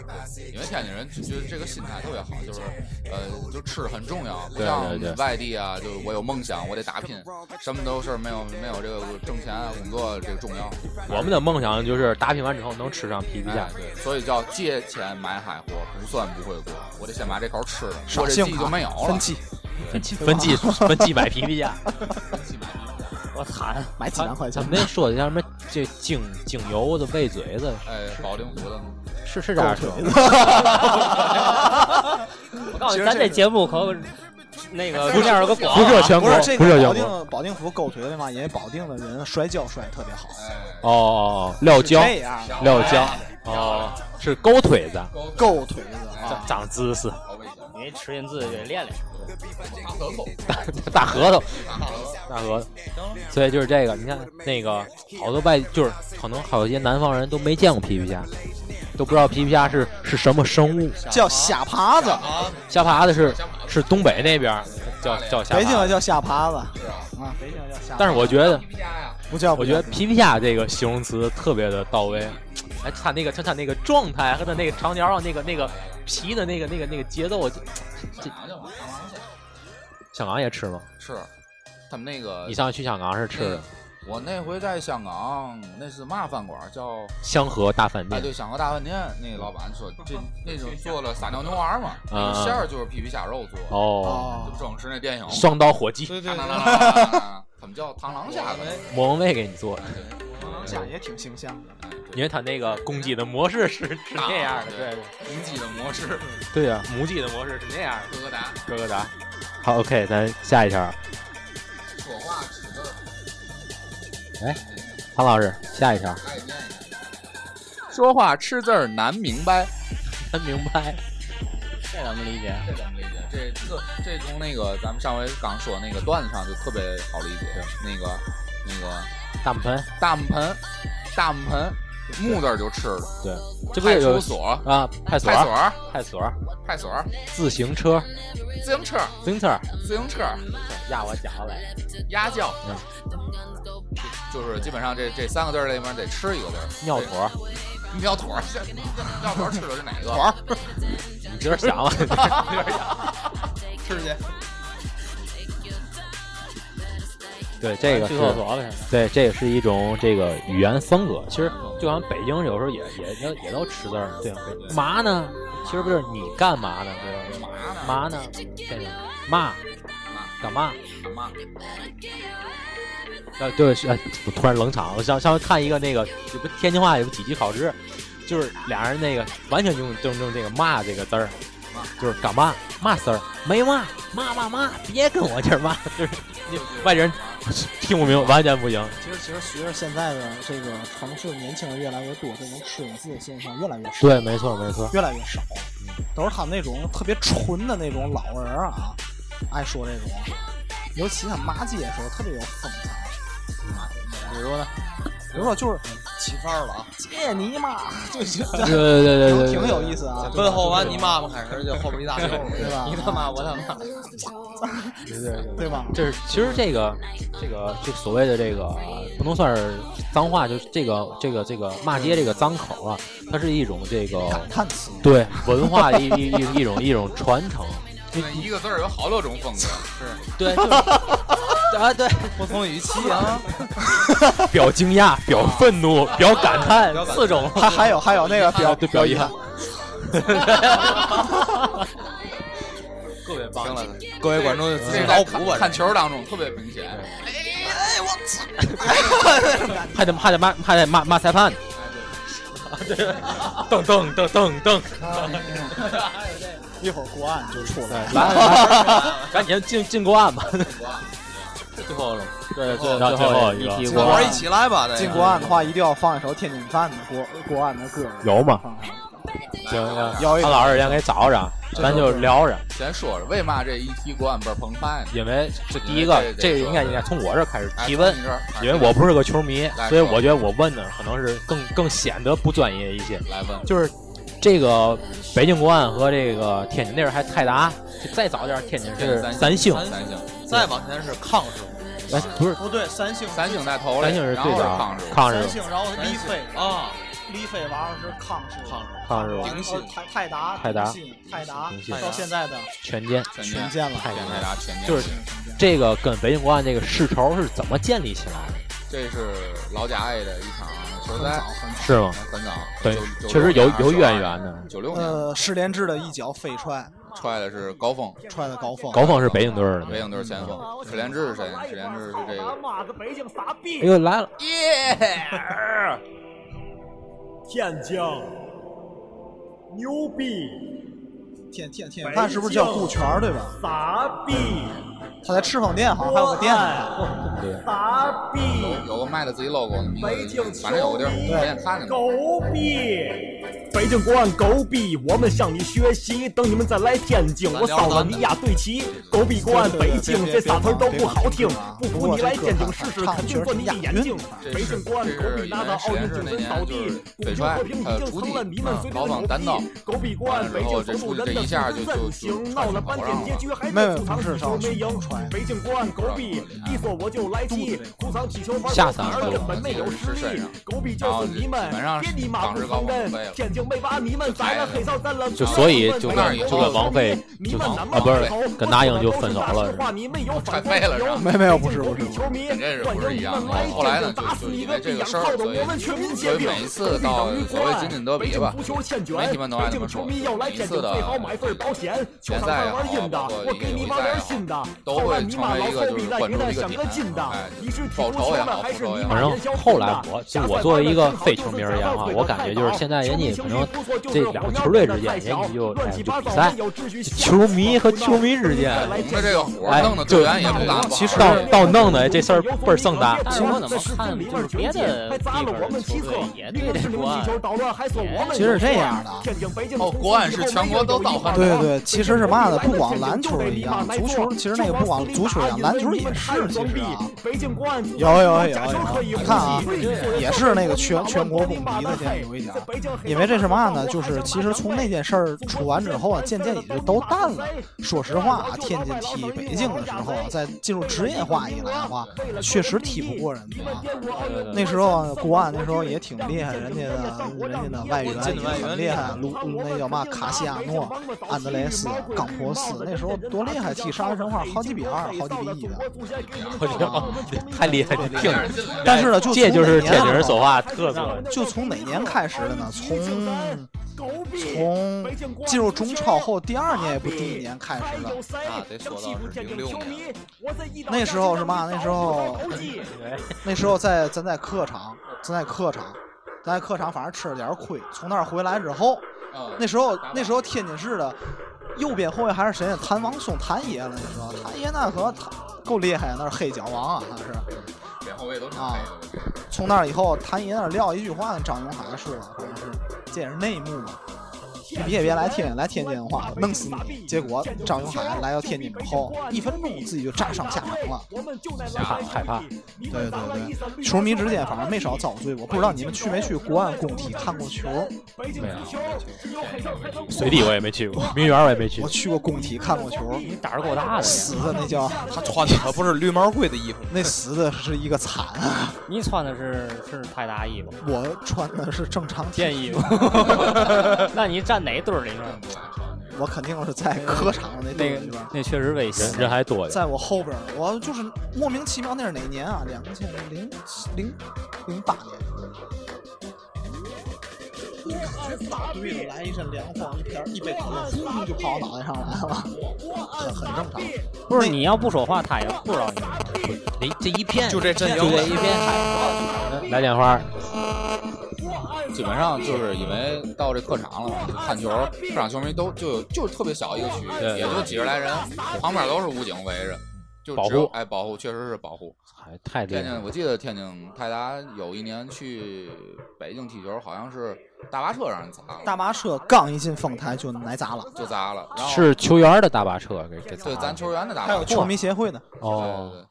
你们天津人就觉得这个心态特别好，就是呃，就吃很重要，不对像对对外地啊，就我有梦想，我得打拼，什么都是没有没有这个挣钱啊工作这个重要。我们的梦想就是打拼完之后能吃上皮皮虾哎。对，所以叫借钱买海货，不算不会过。我得先把这口吃了，少我这信季用就卡没有了分。期分期分期分期买皮皮虾。我惨，买几万块咱钱们，那说的叫什么？这井井油子、喂嘴子，哎，保定湖的，是是这样说吗？ 我告诉你，咱这节目可那 个不是面儿有个广辐射啊，全不国，是这哦辐射全个国。保定保定府狗腿的嘛，因为保定的人摔跤摔得特别好，哎，哦哦哦，撂是跤，这样的撂跤，哦，是勾腿子，啊狗腿子长长姿势，好危险，你那吃音字得练练。大舌头，大核桃，大舌大核桃。所以就是这个，你看那个好多外，就是可能好些南方人都没见过皮皮虾，都不知道皮皮虾是是什么生物。叫虾爬子，啊，虾爬子是是东北那边儿叫叫虾北京爬的子，叫虾爬子是啊，啊，北京叫虾爬子，但是我觉得。皮皮虾呀，不叫，我觉得皮皮虾这个形容词特别的到位，哎，它那个它它那个状态和它那个长条啊上那个那个皮的那个那个那个节奏，这这香港也吃吗？是，他们那个你上次去香港是吃嗯的我那回在香港，那是嘛饭馆儿叫？香河大饭哎，店，对，香河大饭店那老板说，这那种做了撒尿牛丸嘛，那个馅儿就是皮皮虾肉做，嗯哦，哦啊就，正吃那电影嘛，双刀火鸡，对对当当对，当当当当他们叫螳螂虾的，莫文蔚给你做的，虾也挺形象的，因为它那个公鸡的模式是是啊那样的，对银鸡的模式，对呀，母鸡的模式是那样的，哥哥达哥哥达。好，OK，咱下一条，啊说话吃字儿，韩老师下一条，爱念一下。说话吃字儿难明白，咱 明白，这咱们理 解。这咱们理解。这这这从那个咱们上回刚说那个段子上就特别好理解。那个那个大木盆，大木盆，大木盆，木字儿就吃了。这不派是有出所、啊派出所派出所、派出所派出所、自行车自行车、自行车。自行车、压我脚来。鸭叫嗯，就是基本上这这三个字儿里面得吃一个字儿。尿坨儿，对，尿坨儿， 这这尿坨儿吃的是哪个？团儿你今儿想了？吃去。对，这个去是，厕所了，现在嗯对，这也是一种这个语言风格。其实就像北京有时候也也也也都吃字儿，啊对对。嘛呢？其实不就是你干嘛呢？对吧？嘛呢？这个嘛干嘛？干嘛？呃，对，是，哎我突然冷场了。我上上回看一个那个，有不天津话有个几级考试，就是俩人那个完全用正正这个“嘛”这个字儿，就是干嘛嘛事儿，没嘛嘛嘛嘛，别跟我这儿嘛，就是你外地人听不明白，完全不行。其实其实随着现在的这个城市年轻人越来越多，这种吃文字的现象越来越少，对，没错没错，越来越少，都是他们那种特别纯的那种老人儿啊，爱说这种，尤其他骂街的时候特别有风采。比如呢？比如说就是起范儿了啊！借你妈， 就就对对对对对，挺有意思啊。问候完你妈妈开始，就后边一大溜儿。对吧？你他妈，我他妈，对吧？这是其实这个这个这所谓的这个不能算是脏话，就是这个这个这个骂街这个脏口啊，它是一种这个感叹词，对文化的一一一一种一种传承。那一个字儿有好多种风格，是对，就是 啊，对，不同语气啊， 表惊讶，表愤怒，啊表感叹，表感叹四种。还还有还有那个 表对表遗憾， 特别棒。行了，各位观众就这嗯自己是脑在补吧看。看球当中特别明显。还得还得骂还得骂骂 裁判。对，噔噔噔噔噔，一会儿国案就出来了。来来， 赶紧进进国 案吧。最后了，对，最到最最后后一一个批我国 玩安一起来吧，那个进国案的话，一定要放一首天津饭的国国案的歌。有吗？放上行行，摇一潘摇老师先给找上，咱就聊着， 先说说为嘛这一提国安倍儿澎湃呢？哎因为这第一个，对对这对个应该应该从我这儿开始哎提问从，你这儿开始因为我不是个球迷，来所以说我觉得我问的可能是更更显得不专业一些。来问，就是这个北京国安和这个天津那边还泰达，就再早点儿天津是三星，三星，再往前是抗日，哎不是不对，三星三星带头了，三星是啊然最后是早哎抗日，，抗日三星，然后三李星斐啊，李斐完了是抗日，抗日抗日顶信呃泰泰达，泰达顶信泰达顶信，到现在的全歼。全全歼，见了，全泰达全歼，就是这个跟北京国安这个世仇是怎么建立起来的？这是老贾爱的一场球很赛早，很早。是吗？很早，对九，九确实有六年有渊。源的。啊九六年呃，施连志的一脚飞踹，踹的是高峰，踹的高峰。高峰是北京队儿的，北京队前锋，史连志是谁？史连志是这个骂个北京傻逼哎！呦来了，天津牛逼，天天天津饭是不是叫顾全儿对吧？傻逼，他在赤峰店好像还有个店呢。对，傻逼，有个卖的自己 logo 那么一北个京，球反正有个地儿，迷我也看见过。狗逼！北京国安狗逼，我们向你学习。等你们再来天津，我扫了你丫对齐。狗逼国安北京，这仨词儿都不好听。不服你来天津试试，肯定过你的眼睛。这北是京国安这狗是逼拿到奥运是精那神年扫就是地，翡翠和平还有已朱棣经成了你们呃最老大往的单道牛逼。狗逼国安北然后京这风度这人这的一下就就阵就型，就闹了跑半不天让结了。局还没在有主场不是几球上没去赢传。北京国安狗逼，一说我就来气，主场起球玩下三三儿路根本没有实力，狗逼就是你们，别你妈不承认，天津没把你们咱了黑哨占了，就所以就那儿以就后跟王菲你就们啊怎么不是走跟那英就分手我说了的话你们有踹飞了是吧没没有不是不是球迷，这是不是一样的欢迎你们来后来呢天津打死就就你因为这个事儿个逼养套的我们全民皆兵所以每一次到狗逼等于所谓今年德比吧国安北京足球欠卷，媒体们都爱北这么京说球迷要来天津最好买份保险，球联场赛也上好玩阴的包括，我一个给友谊你赛玩也点好新的，都会你成妈为老一个后就是逼再关给注他一个想点个劲的哎，你是报仇也好还是复仇也你好反妈正元宵后来的我就下我赛作为段一个正好非就球是迷咱而言要哈会我的感太觉就是早现在球人迷家情可绪能不错就这是两黄个标球队的之再间小人家就乱哎就七八糟在没有秩序下球迷和球迷之间再我们这来个火弄的就队员也不大，其实到到弄的这事儿倍儿盛大，但是我怎么看就是别的地方的球队也对啊这国安，其实是这样的啊哦国安是全国都倒换对对，其实是嘛的，不光篮球一样，足球其实那个不光足球一样，篮球也是其实啊。有有有有，你看啊，也是那个全全国公敌的现在有一点儿，因为这是嘛呢？就是其实从那件事儿出完之后啊，渐渐也就都淡了。说实话啊，天津踢北京的时候啊，在进入职业化以来的话，确实踢不过人家啊。那时候啊国安那时候也挺厉害，人家的人家的外援也很厉害，鲁那叫嘛卡西亚诺、安德雷斯、冈博斯，那时候多厉害，踢上海申花好几比二、好几比一的。太厉害了，你听着。但是呢，就这就从是哪年天津人啊说话特色，就从哪年开始的呢？从从进入中超后第二年也不第一年开始的，啊，得说到是零六年，那时候是嘛？那时候，那时候在咱在客场，咱在客场，咱在客场，反正吃了点儿亏。从那儿回来之后，嗯那时候那时候天津市的右边后卫还是谁呢？谭王松，谭爷了。那时候谭爷那可他够厉害，那是黑脚王啊，那是。脸后卫都挺啊黑的。从那以后，谭爷那儿撂一句话，张永海说了，可能是这也是内幕嘛。你也别来天津，来天津的话弄死你。结果张永海来到天津之后，一分钟自己就站上下场了。怕害怕。对对对，球迷之间反正没少遭罪。我不知道你们去没去国安工体看过球？没有，随地我也没去过，名园我也没去我。去过工体看过球，你胆儿够大的，死的那叫他穿的可不是绿毛会的衣服，那死的是一个惨啊。你穿的是是泰达衣服，我穿的是正常建体议育，吗？ 那你站哪堆儿里面？我肯定是在客场的那那队里边个。那确实危人险。人还多点，在我后边儿，我就是莫名其妙，那是哪年啊？两千零零零八年。感觉打对了，来一阵凉风，一瓶一杯可乐，呼就跑脑袋上来了，很很正常。不是你要不说话，他也不知道你。哎这这一片就这阵就这营一片。来点花，基本上就是因为到这客场了嘛，就看球，客场球迷都就就是特别小一个区域，对也就几十来人，旁边都是武警围着，就保只有护哎保护，确实是保护。还太厉害天津，了我。记得天津泰达有一年去北京踢球，好像是大巴车让人砸了，大巴车刚一进丰台就挨砸了，就砸了，然后是球员的大巴车给给砸对了咱球员的大还巴有车球，迷协会呢。对哦，对对，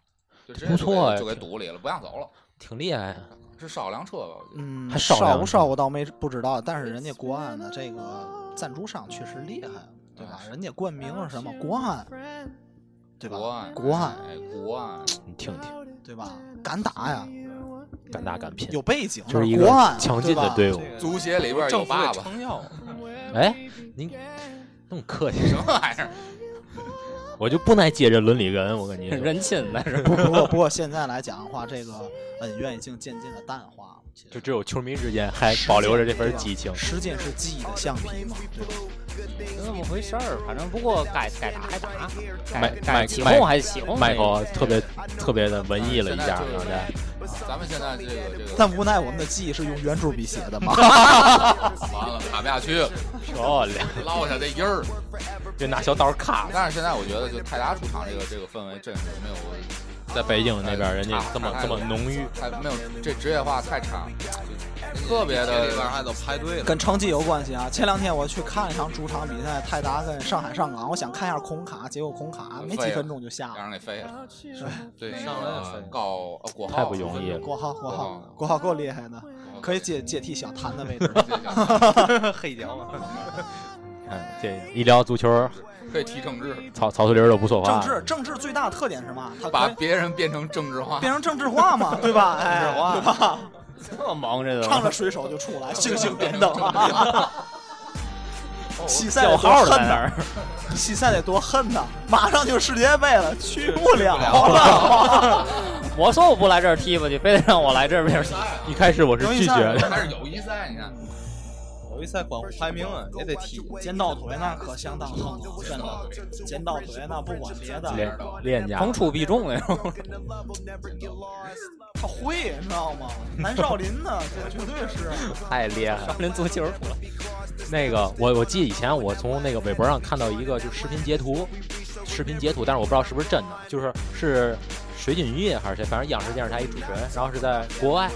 就直接不就给错哎呀就给堵里了，不让走了，挺厉害啊。是少辆车吧？我觉得嗯，还少少量不呢少我倒没不知道，但是人家国安的这个赞助商确实厉害，啊对吧？人家冠名是什么？国安，对国吧？安，国安，哎，国安，你听听，对吧？敢打呀，敢打敢拼，有背景，就是一国个安强劲的对队吧。伍。足协里边有政府给爸爸，撑腰，哎，您那么客气，什么玩意儿？ 我就不爱接这伦理哏，我跟你说，人亲那是。不不过不过现在来讲的话，这个恩怨已经渐渐的淡化了。其实就只有球迷之间还保留着这份激情。时间是记忆的橡皮嘛，对吧？就那么回事儿，反正不过该该打还打，该麦该麦起麦哄还起哄。 Michael 特别特别的文艺了一下，刚才咱们现在这个这个但无奈我们的记忆是用圆珠笔写 的嘛。完了卡不下去，漂亮，落下这音儿。就拿小刀咔，但是现在我觉得，就泰达主场这个这个氛围真是没有在北京那边人家这么哎这么浓郁，太没有这职业化太差，特别这里边的还都排队了。跟成绩有关系啊。前两天我去看了一场主场比赛，泰达跟上海上港，我想看一下孔卡，结果孔卡没几分钟就下让人了。给废了。对，上来就废了告呃国浩啊太不容易了。国浩，国浩哦，国浩够厉害的，可以接接替小谭的位置。 黑脚啊，看哎这一聊足球，可以提政治，曹曹翠玲都不说政话。治政治最大的特点是什么？啊他把可以别人变成政治化。 变成政治化嘛，对吧？ 哎，对吧？这么忙着唱呢，着水手就出来，星星点 灯。西塞 叫得多号恨的在那呐， 儿。西塞得多恨呐！马上就世界杯了，去不了了。 我说我不来这儿踢吧，你非得让我来这儿 边踢。一开始我是拒绝的，还是友谊赛，你看，友谊赛关乎排名啊，也得踢。剪刀腿那可相当横了，真的，剪刀腿那不管别的，练练家逢出必中那种。他会，你知道吗？南少林呢，这绝对是。太厉害了。人足球出来，那个我我记得以前我从那个微博上看到一个就是视频截图，视频截图，但是我不知道是不是真的，就是是水锦玉还是谁，反正央视电视台一主持人，然后是在国外，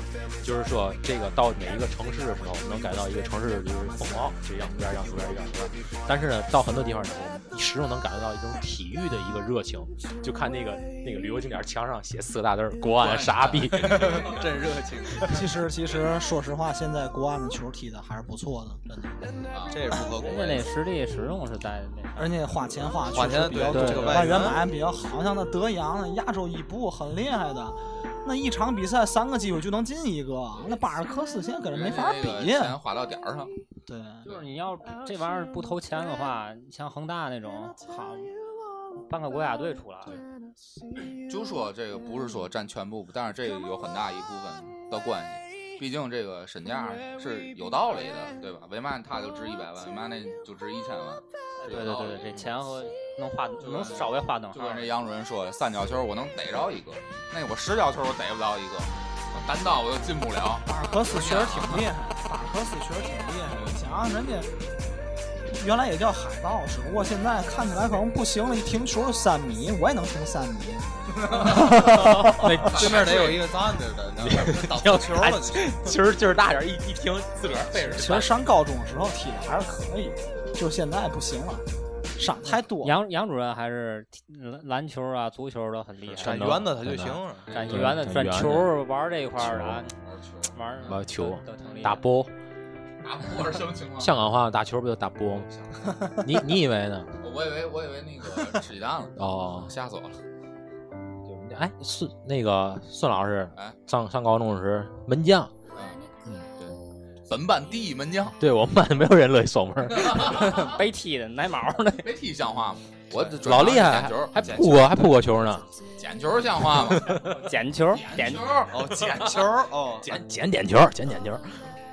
就是说这个到每一个城市的时候，能感到一个城市就是风貌，就让边儿让左边儿让左边儿，但是呢，到很多地方呢，我始终能感觉到一种体育的一个热情，就看那个那个旅游景点墙上写四个大字儿“国安傻逼”， 真热情， 其实，其实说实话，现在国安的球踢的还是不错的，真的。这也不合规人家那实力始终是在那。而且花钱花花确实钱比较对多，这个外外援援买比较好，像那德扬那亚洲一部很厉害的，那一场比赛三个机会就能进一个，那巴尔克斯现在跟人没法人家那比个。钱花到点儿上，对，就是你要这玩意儿不投钱的话，你像恒大那种，好，办个国家队出来，哎就说这个不是说占全部，但是这个有很大一部分的关系。毕竟这个身价是有道理的，对吧？维曼他就值一百万，维曼那就值一千万，是对有对道理对的对，这钱和能画就能稍微啊画等就号。跟这杨主任说的，三角球我能逮着一个，那我十角球我逮不到一个，单刀我就进不了。巴尔克斯确实挺厉害，巴尔克斯确实挺厉害的。你想想人家原来也叫海盗，只不过现在看起来可能不行了，一停球就三米，我也能停三米。 对面得有一个站着的，你知道吗打不到球了，其实劲儿大点儿，一一听自个儿背着其实上高中的时候踢的还是可以，就现在不行了，伤太多了。杨杨主任还是踢篮篮球啊、足球都很厉害，闪圆子他就行了。展圆的、对转展球圆玩儿这一块儿的啊，玩儿玩儿球都都挺厉害打波，打不是什么情况？香港话打球不就打波吗？你你以为呢？ 我以为我以为那个吃鸡蛋了，哦，吓死我了。哎，孙那个孙老师哎，上上高中的时候门将，嗯，对，本班第一门将， 对我们班没有人乐意守门，被踢的奶毛儿的，别提像话吗？我这老厉害捡球，，还捡扑过还扑过球呢，捡球像话吗？捡球捡捡球，哦，捡球哦，捡捡点球，捡点球，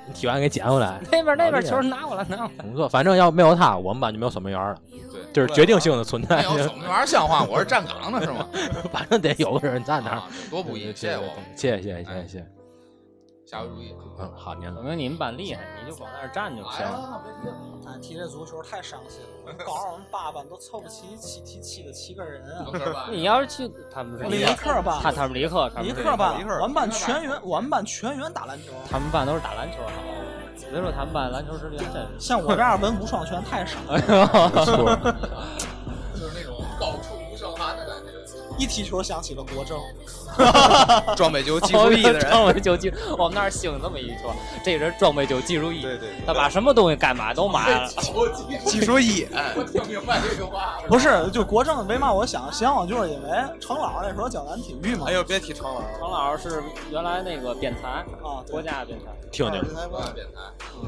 你踢完给捡 回来。那边那老边厉球害拿过来拿过来。没错，反正要没有他，我们班就没有守门员了，对，这是决定性的存没在， 有守门员像话，我是站岗的是吗？啊反正得有个人站那儿。啊，多不易，谢谢我。谢谢谢谢谢谢谢谢。加油注意。嗯，好，您 说明你们班厉害，你就光在那儿站就行了。了，别提了哎，提这足球太伤心了，搞上我们八班都凑不齐七七七个七个人啊嗯有！事儿吧？你要是去，他们是理科班，他他们理科，他理们是科班理科，我们班全员，我们班全员打篮球。他们班都是打篮球好，所以说他们班篮球实力真是。像我这样文武双全太少，了，不错，就是那种高处不胜寒的感觉。一踢球想起了国 政。装备就记不忆的人，哦装备就记，我们那儿兴这么一说，这人装备就记住一，对对对他把什么东西该买都买了。技术一，哎我听明白这句话了。不是，就国政为嘛我想向往，就是因为程老那时候教咱体育嘛。哎呦，别提成了，程老师是原来那个编裁，啊，国对，家编裁，听听，哎变态，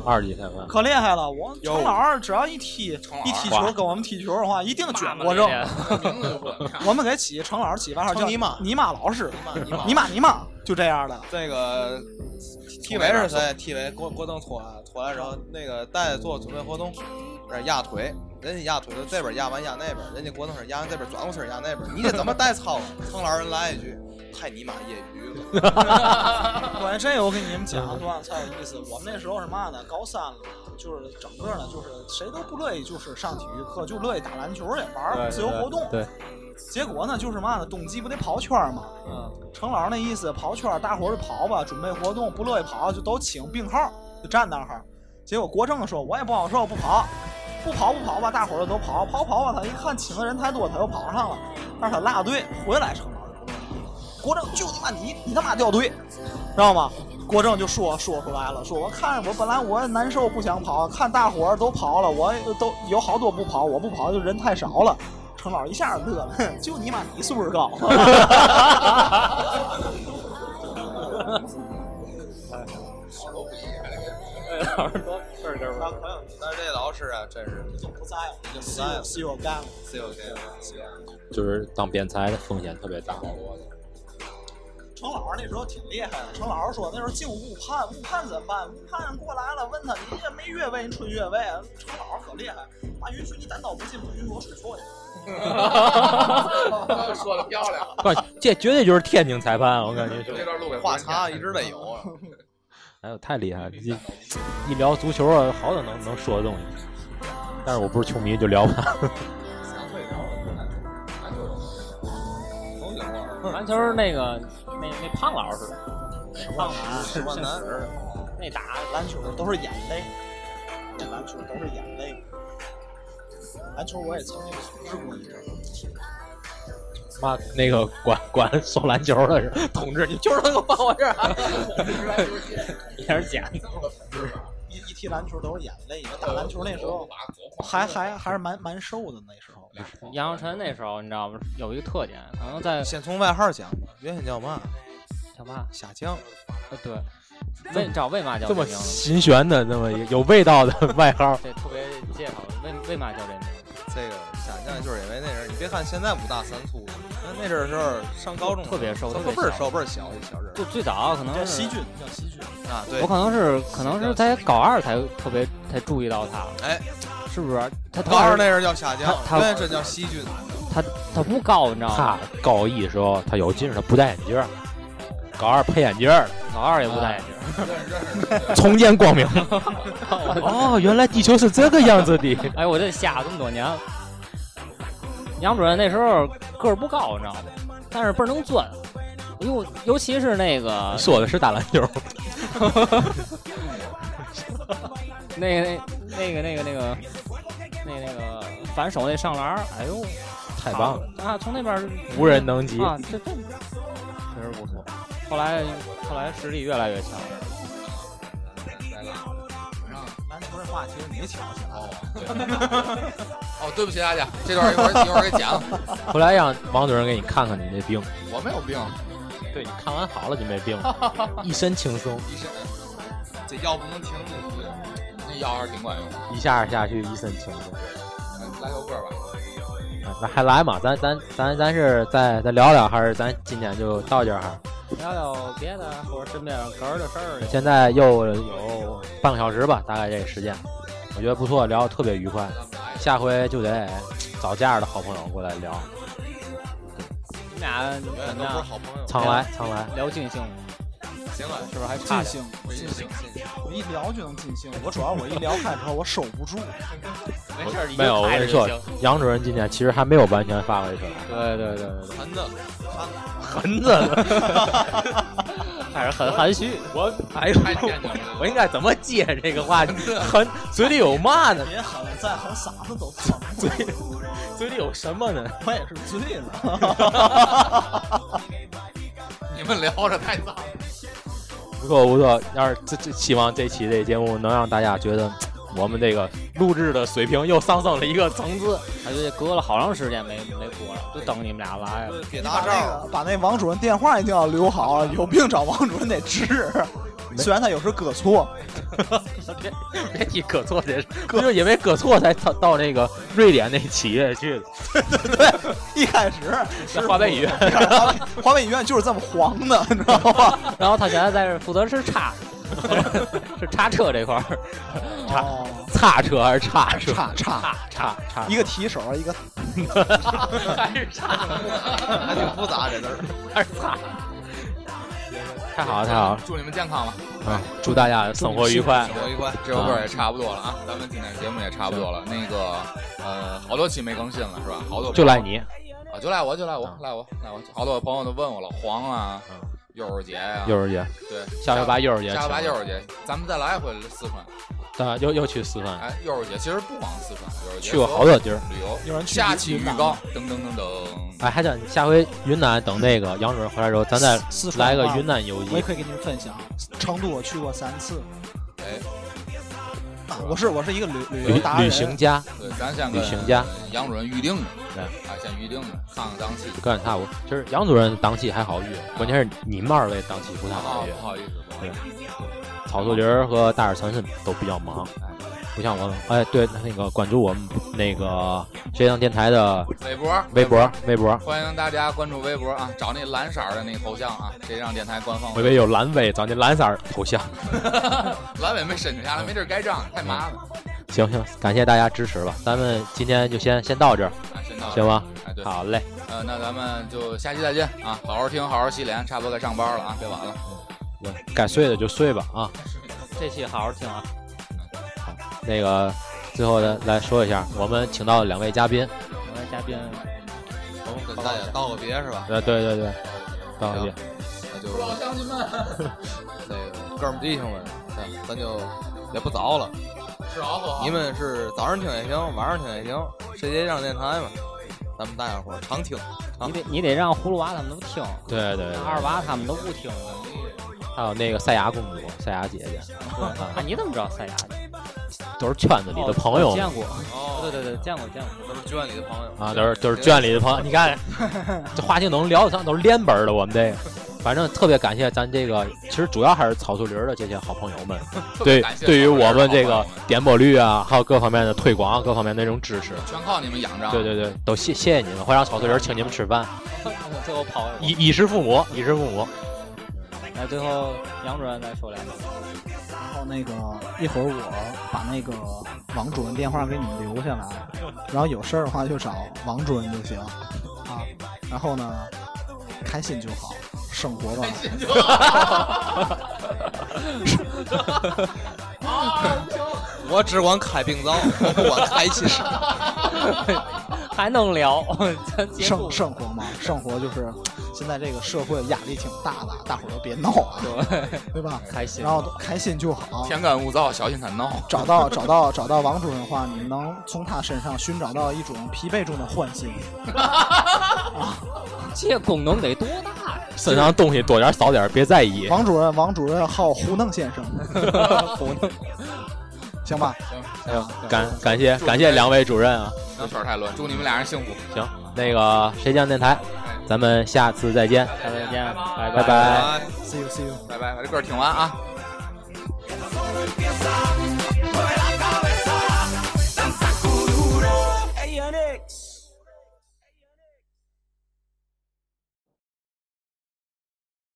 二级裁判，可厉害了！我有程老只要一踢程老一踢哇球跟我们踢球的话，一定卷妈妈国政。那天名字就不敢看。我们给起程老起外号叫程尼玛尼玛老师， 你妈尼玛尼玛就这 样的。这个踢围是谁？踢围郭郭登脱了脱啊了，然后那个带做准备活动，这压腿，人家压腿就这边压完压那边，人家郭登是压完这边转过身压那边，你这怎么带操啊？ 程老师来一句，太尼玛业 余了，关于这个，我给你们讲个段子才有意思。我们那时候是嘛呢？高三了，就是整个呢，就是谁都不乐意，就是上体育课，就乐意打篮球也玩儿自由活动。对，结果呢，就是嘛呢？冬季不得跑圈儿嘛？嗯。程老师那意思，跑圈儿，大伙儿就跑吧，准备活动，不乐意跑就都请病号，就站那儿。结果国政说，我也不好受，不跑，不跑不跑吧，大伙儿就都跑，跑跑吧。他一看请的人太多，他又跑上了，但是他落队回来，程老师就不乐意了国政就你妈你，你他妈掉队。知道吗？国政就说说出来了，说我看我本来我难受不想跑，看大伙儿都跑了，我都有好多不跑，我不跑就人太少了。程老一下乐了， 哼就你妈你素质高。 老师多事根吧。但是这老师啊，真是已经不在了，已经不在了稀有干了。自由天就是当边裁的风险特别大。程老师那时候挺厉害的，程老师说那时候进误判，误判怎么办？误判过来了，问他你这没越位，你吹越位。啊程老师可厉害，妈允许你单刀不进，不允许我吹错去。说的漂亮， 告诉你这绝对就是天津裁判，啊我感觉就这段录给话茬一直得有啊， 哎呦太厉害了！一一聊足球啊，好多能能说的东西。但是我不是球迷，就聊吧。 篮球那个那那胖老师，那胖老师十万男儿，那打篮球都是眼泪，这篮球都是眼泪。篮球我也曾经从事过一阵儿，妈，那个管管送篮球的是同志，你就是能给我放 我这儿。也是假的。一一踢篮球都是眼泪。打篮球那时候嗯还还还是蛮蛮瘦的，那时候杨耀晨那时候你知道吗？有一个特点，可能在先从外号讲，原先叫嘛？小嘛？下降，呃对，为你知道为嘛叫这这么名字吗？新玄的，那么有味道 的外号，这特别介绍为为嘛叫这名字？这个下降就是因为那阵儿，你别看现在五大三粗的，那那阵儿时候上高中特别瘦他特别倍儿小瘦，倍儿小一小人就最早可能叫是细菌，叫细菌。啊，对我，可能是可能是在高二才特别才注意到他，哎，是不是？他高二那阵儿叫下降，他他那阵叫细菌。他他不高，你知道吗他？高一时候他有近视，他不戴眼镜儿，高二配眼镜 儿，高二也不戴眼镜。重见光明。哦，原来地球是这个样子的。 哎，我这瞎这么多年了。杨主任那时候个儿不高，你知道吗？但是倍儿能钻。尤尤其是那个 说的是打篮球，那那那个那个那个那那个反手那上篮儿，哎呦，太棒了，啊！从那边儿无人能及。啊，这这确实不错。后来后来实力越来越强，篮球这话题没挑起来，哦，对，哦，对不起大家，这段一会儿一会儿给剪了。后来让王主任给你看看你那病，我没有病，对你看完好了就没病了，一身轻松，医生这药不能停，这那药还是挺管用的。一下下去一身轻松。来首歌吧，啊那还来嘛？咱咱咱咱是再再聊聊，还是咱今天就到这儿？聊聊别的或者身边个儿的事儿。现在又有半个小时吧，大概这个时间，我觉得不错，聊得特别愉快。下回就得找这样的好朋友过来聊，你们俩永远怎都么不是样？好朋友。常来常来。聊尽兴吗？行了，是不是还差尽点兴？尽尽兴兴，，尽兴我一啊聊就能尽兴。我主要我一聊开头我守 不住，没事儿，没有，我跟开你着说就行。，杨主任今天其实还没有完全发挥出来。对对对对对，盘子，盆子了，还是很含蓄。我哎呦太天津了我应该怎么接这个 话题？很嘴里有嘛呢？别喊了，再喊傻子都 疼。嘴嘴里有什么呢？我也是醉了。你们聊着太脏了。不错不错，要是这这希望这期这节目能让大家觉得我们这个录制的水平又上升了一个层次。他就隔了好长时间没没播了，就等你们俩来了。别把拿那招。个把那王主任电话一定要留好，有病找王主任得治。虽然他有时候搁错，别别提搁错这事，就是因为搁错才到到那个瑞典那企业 去的，一开始那花呗语言。华北华北医院就是这么黄的，你知道吗？ 然后他现在在这负责是叉， 是叉车这块儿，叉哦叉车还是叉车？叉叉，叉叉叉一个提手，一个还是叉，还挺复杂这字儿。还是叉。太好了太好了，祝你们健康吧。嗯，祝大家生活愉快。我一关，这首歌也差不多了啊，咱们今天节目也差不多了。那个，呃，好多期没更新了是吧？好多就赖你，啊，就赖我，就赖我啊，赖我，赖我。好多朋友都问我老黄啊嗯，幼儿节呀，幼儿姐，对，下回把幼儿节请下来，回把幼儿节，咱们再来一回四川。啊，又又去四川，哎，幼儿节其实不光四川，幼儿节去过好多地儿。旅游。有人去下期预云南告，噔噔噔噔。哎，还等下回云南等那个杨主任回来之后，咱再四川来个话云南游我也记。可以给你们分享。成都我去过三次，哎，啊我是我是一个旅旅旅游达人，旅行家对，咱先跟旅行家杨主任预定对的，啊，先预定的，看看档期。干差不多，就是杨主任档期还好约，关键是你们二位档期不太啊好约不。好意思，不好意思。草树林儿和大耳传是都比较忙，不像我们。哎，对，那个关注我们那个浙江电台的微博，微博，微博，欢迎大家关注微博啊，找那蓝色儿的那个头像啊，谁让电台官方我以为有蓝微，找那蓝色儿头像。蓝伟没申请下来，没地儿盖章，太麻烦。 行行，感谢大家支持吧，咱们今天就先先到这儿，啊，先到这行儿。吗？哎，对，好嘞，呃，那咱们就下期再见啊！好好听，好好洗脸，差不多该上班了啊，别晚了。我该睡的就睡吧啊。这期好好听啊！那个最后呢，来说一下，我们请到了两位嘉宾，我的嘉宾，我们跟大家道个别是吧？呃，对对对，到了行，那就老乡亲们，那个哥们儿弟兄们，咱咱就也不早了。吃好喝好你们是早上听也行，晚上听也行，谁接上电台嘛？咱们大家伙儿常听。啊你得你得让葫芦娃他们都听，对对对，二娃他们都不听。还有那个赛亚公主、赛亚姐姐，啊，你怎么知道塞牙的？都是圈子里的朋友哦们见过，对哦，对对，见过见过。都是圈里的朋友啊，都是都是圈里的朋友。你 看，这话题能聊得上，都是连本儿的。我们这个，反正特别感谢咱这个，其实主要还是草树林儿的这些好朋友们，对感谢对于好朋友我们这好个朋友们点播率啊，还有各方面的推广，啊各方面的那种支持。全靠你们养着。啊对，对对，都谢谢谢你们，会让草树林儿请你们吃饭， 最后跑一，以以示父母，以示父母。来哎最后杨主任再说两句。然后那个一会儿我把那个王主任电话给你们留下来，然后有事儿的话就找王主任就行啊。然后呢，开心就好，生活吧。我只管开病灶，我不管开心事。还能聊， 咱结束生。生活嘛，生活就是现在这个社会压力挺大的，大伙儿都别闹啊，对吧？开心然。后开心就好。天干物燥，小心他闹。找到找到找到王主任的话，你能从他身上寻找到一种疲惫中的欢 欣。这功能得多大呀？身上东西多点儿少点儿，别在意。王主任，王主任好胡弄 先生，胡弄，行吧？哎呦，感感谢感谢两位主任啊！这圈儿太乱，祝你们俩人幸福。行，那个谁讲电台，咱们下次再见，下次再见，拜拜拜哎 See you, see you. 拜拜，把这歌儿听完啊。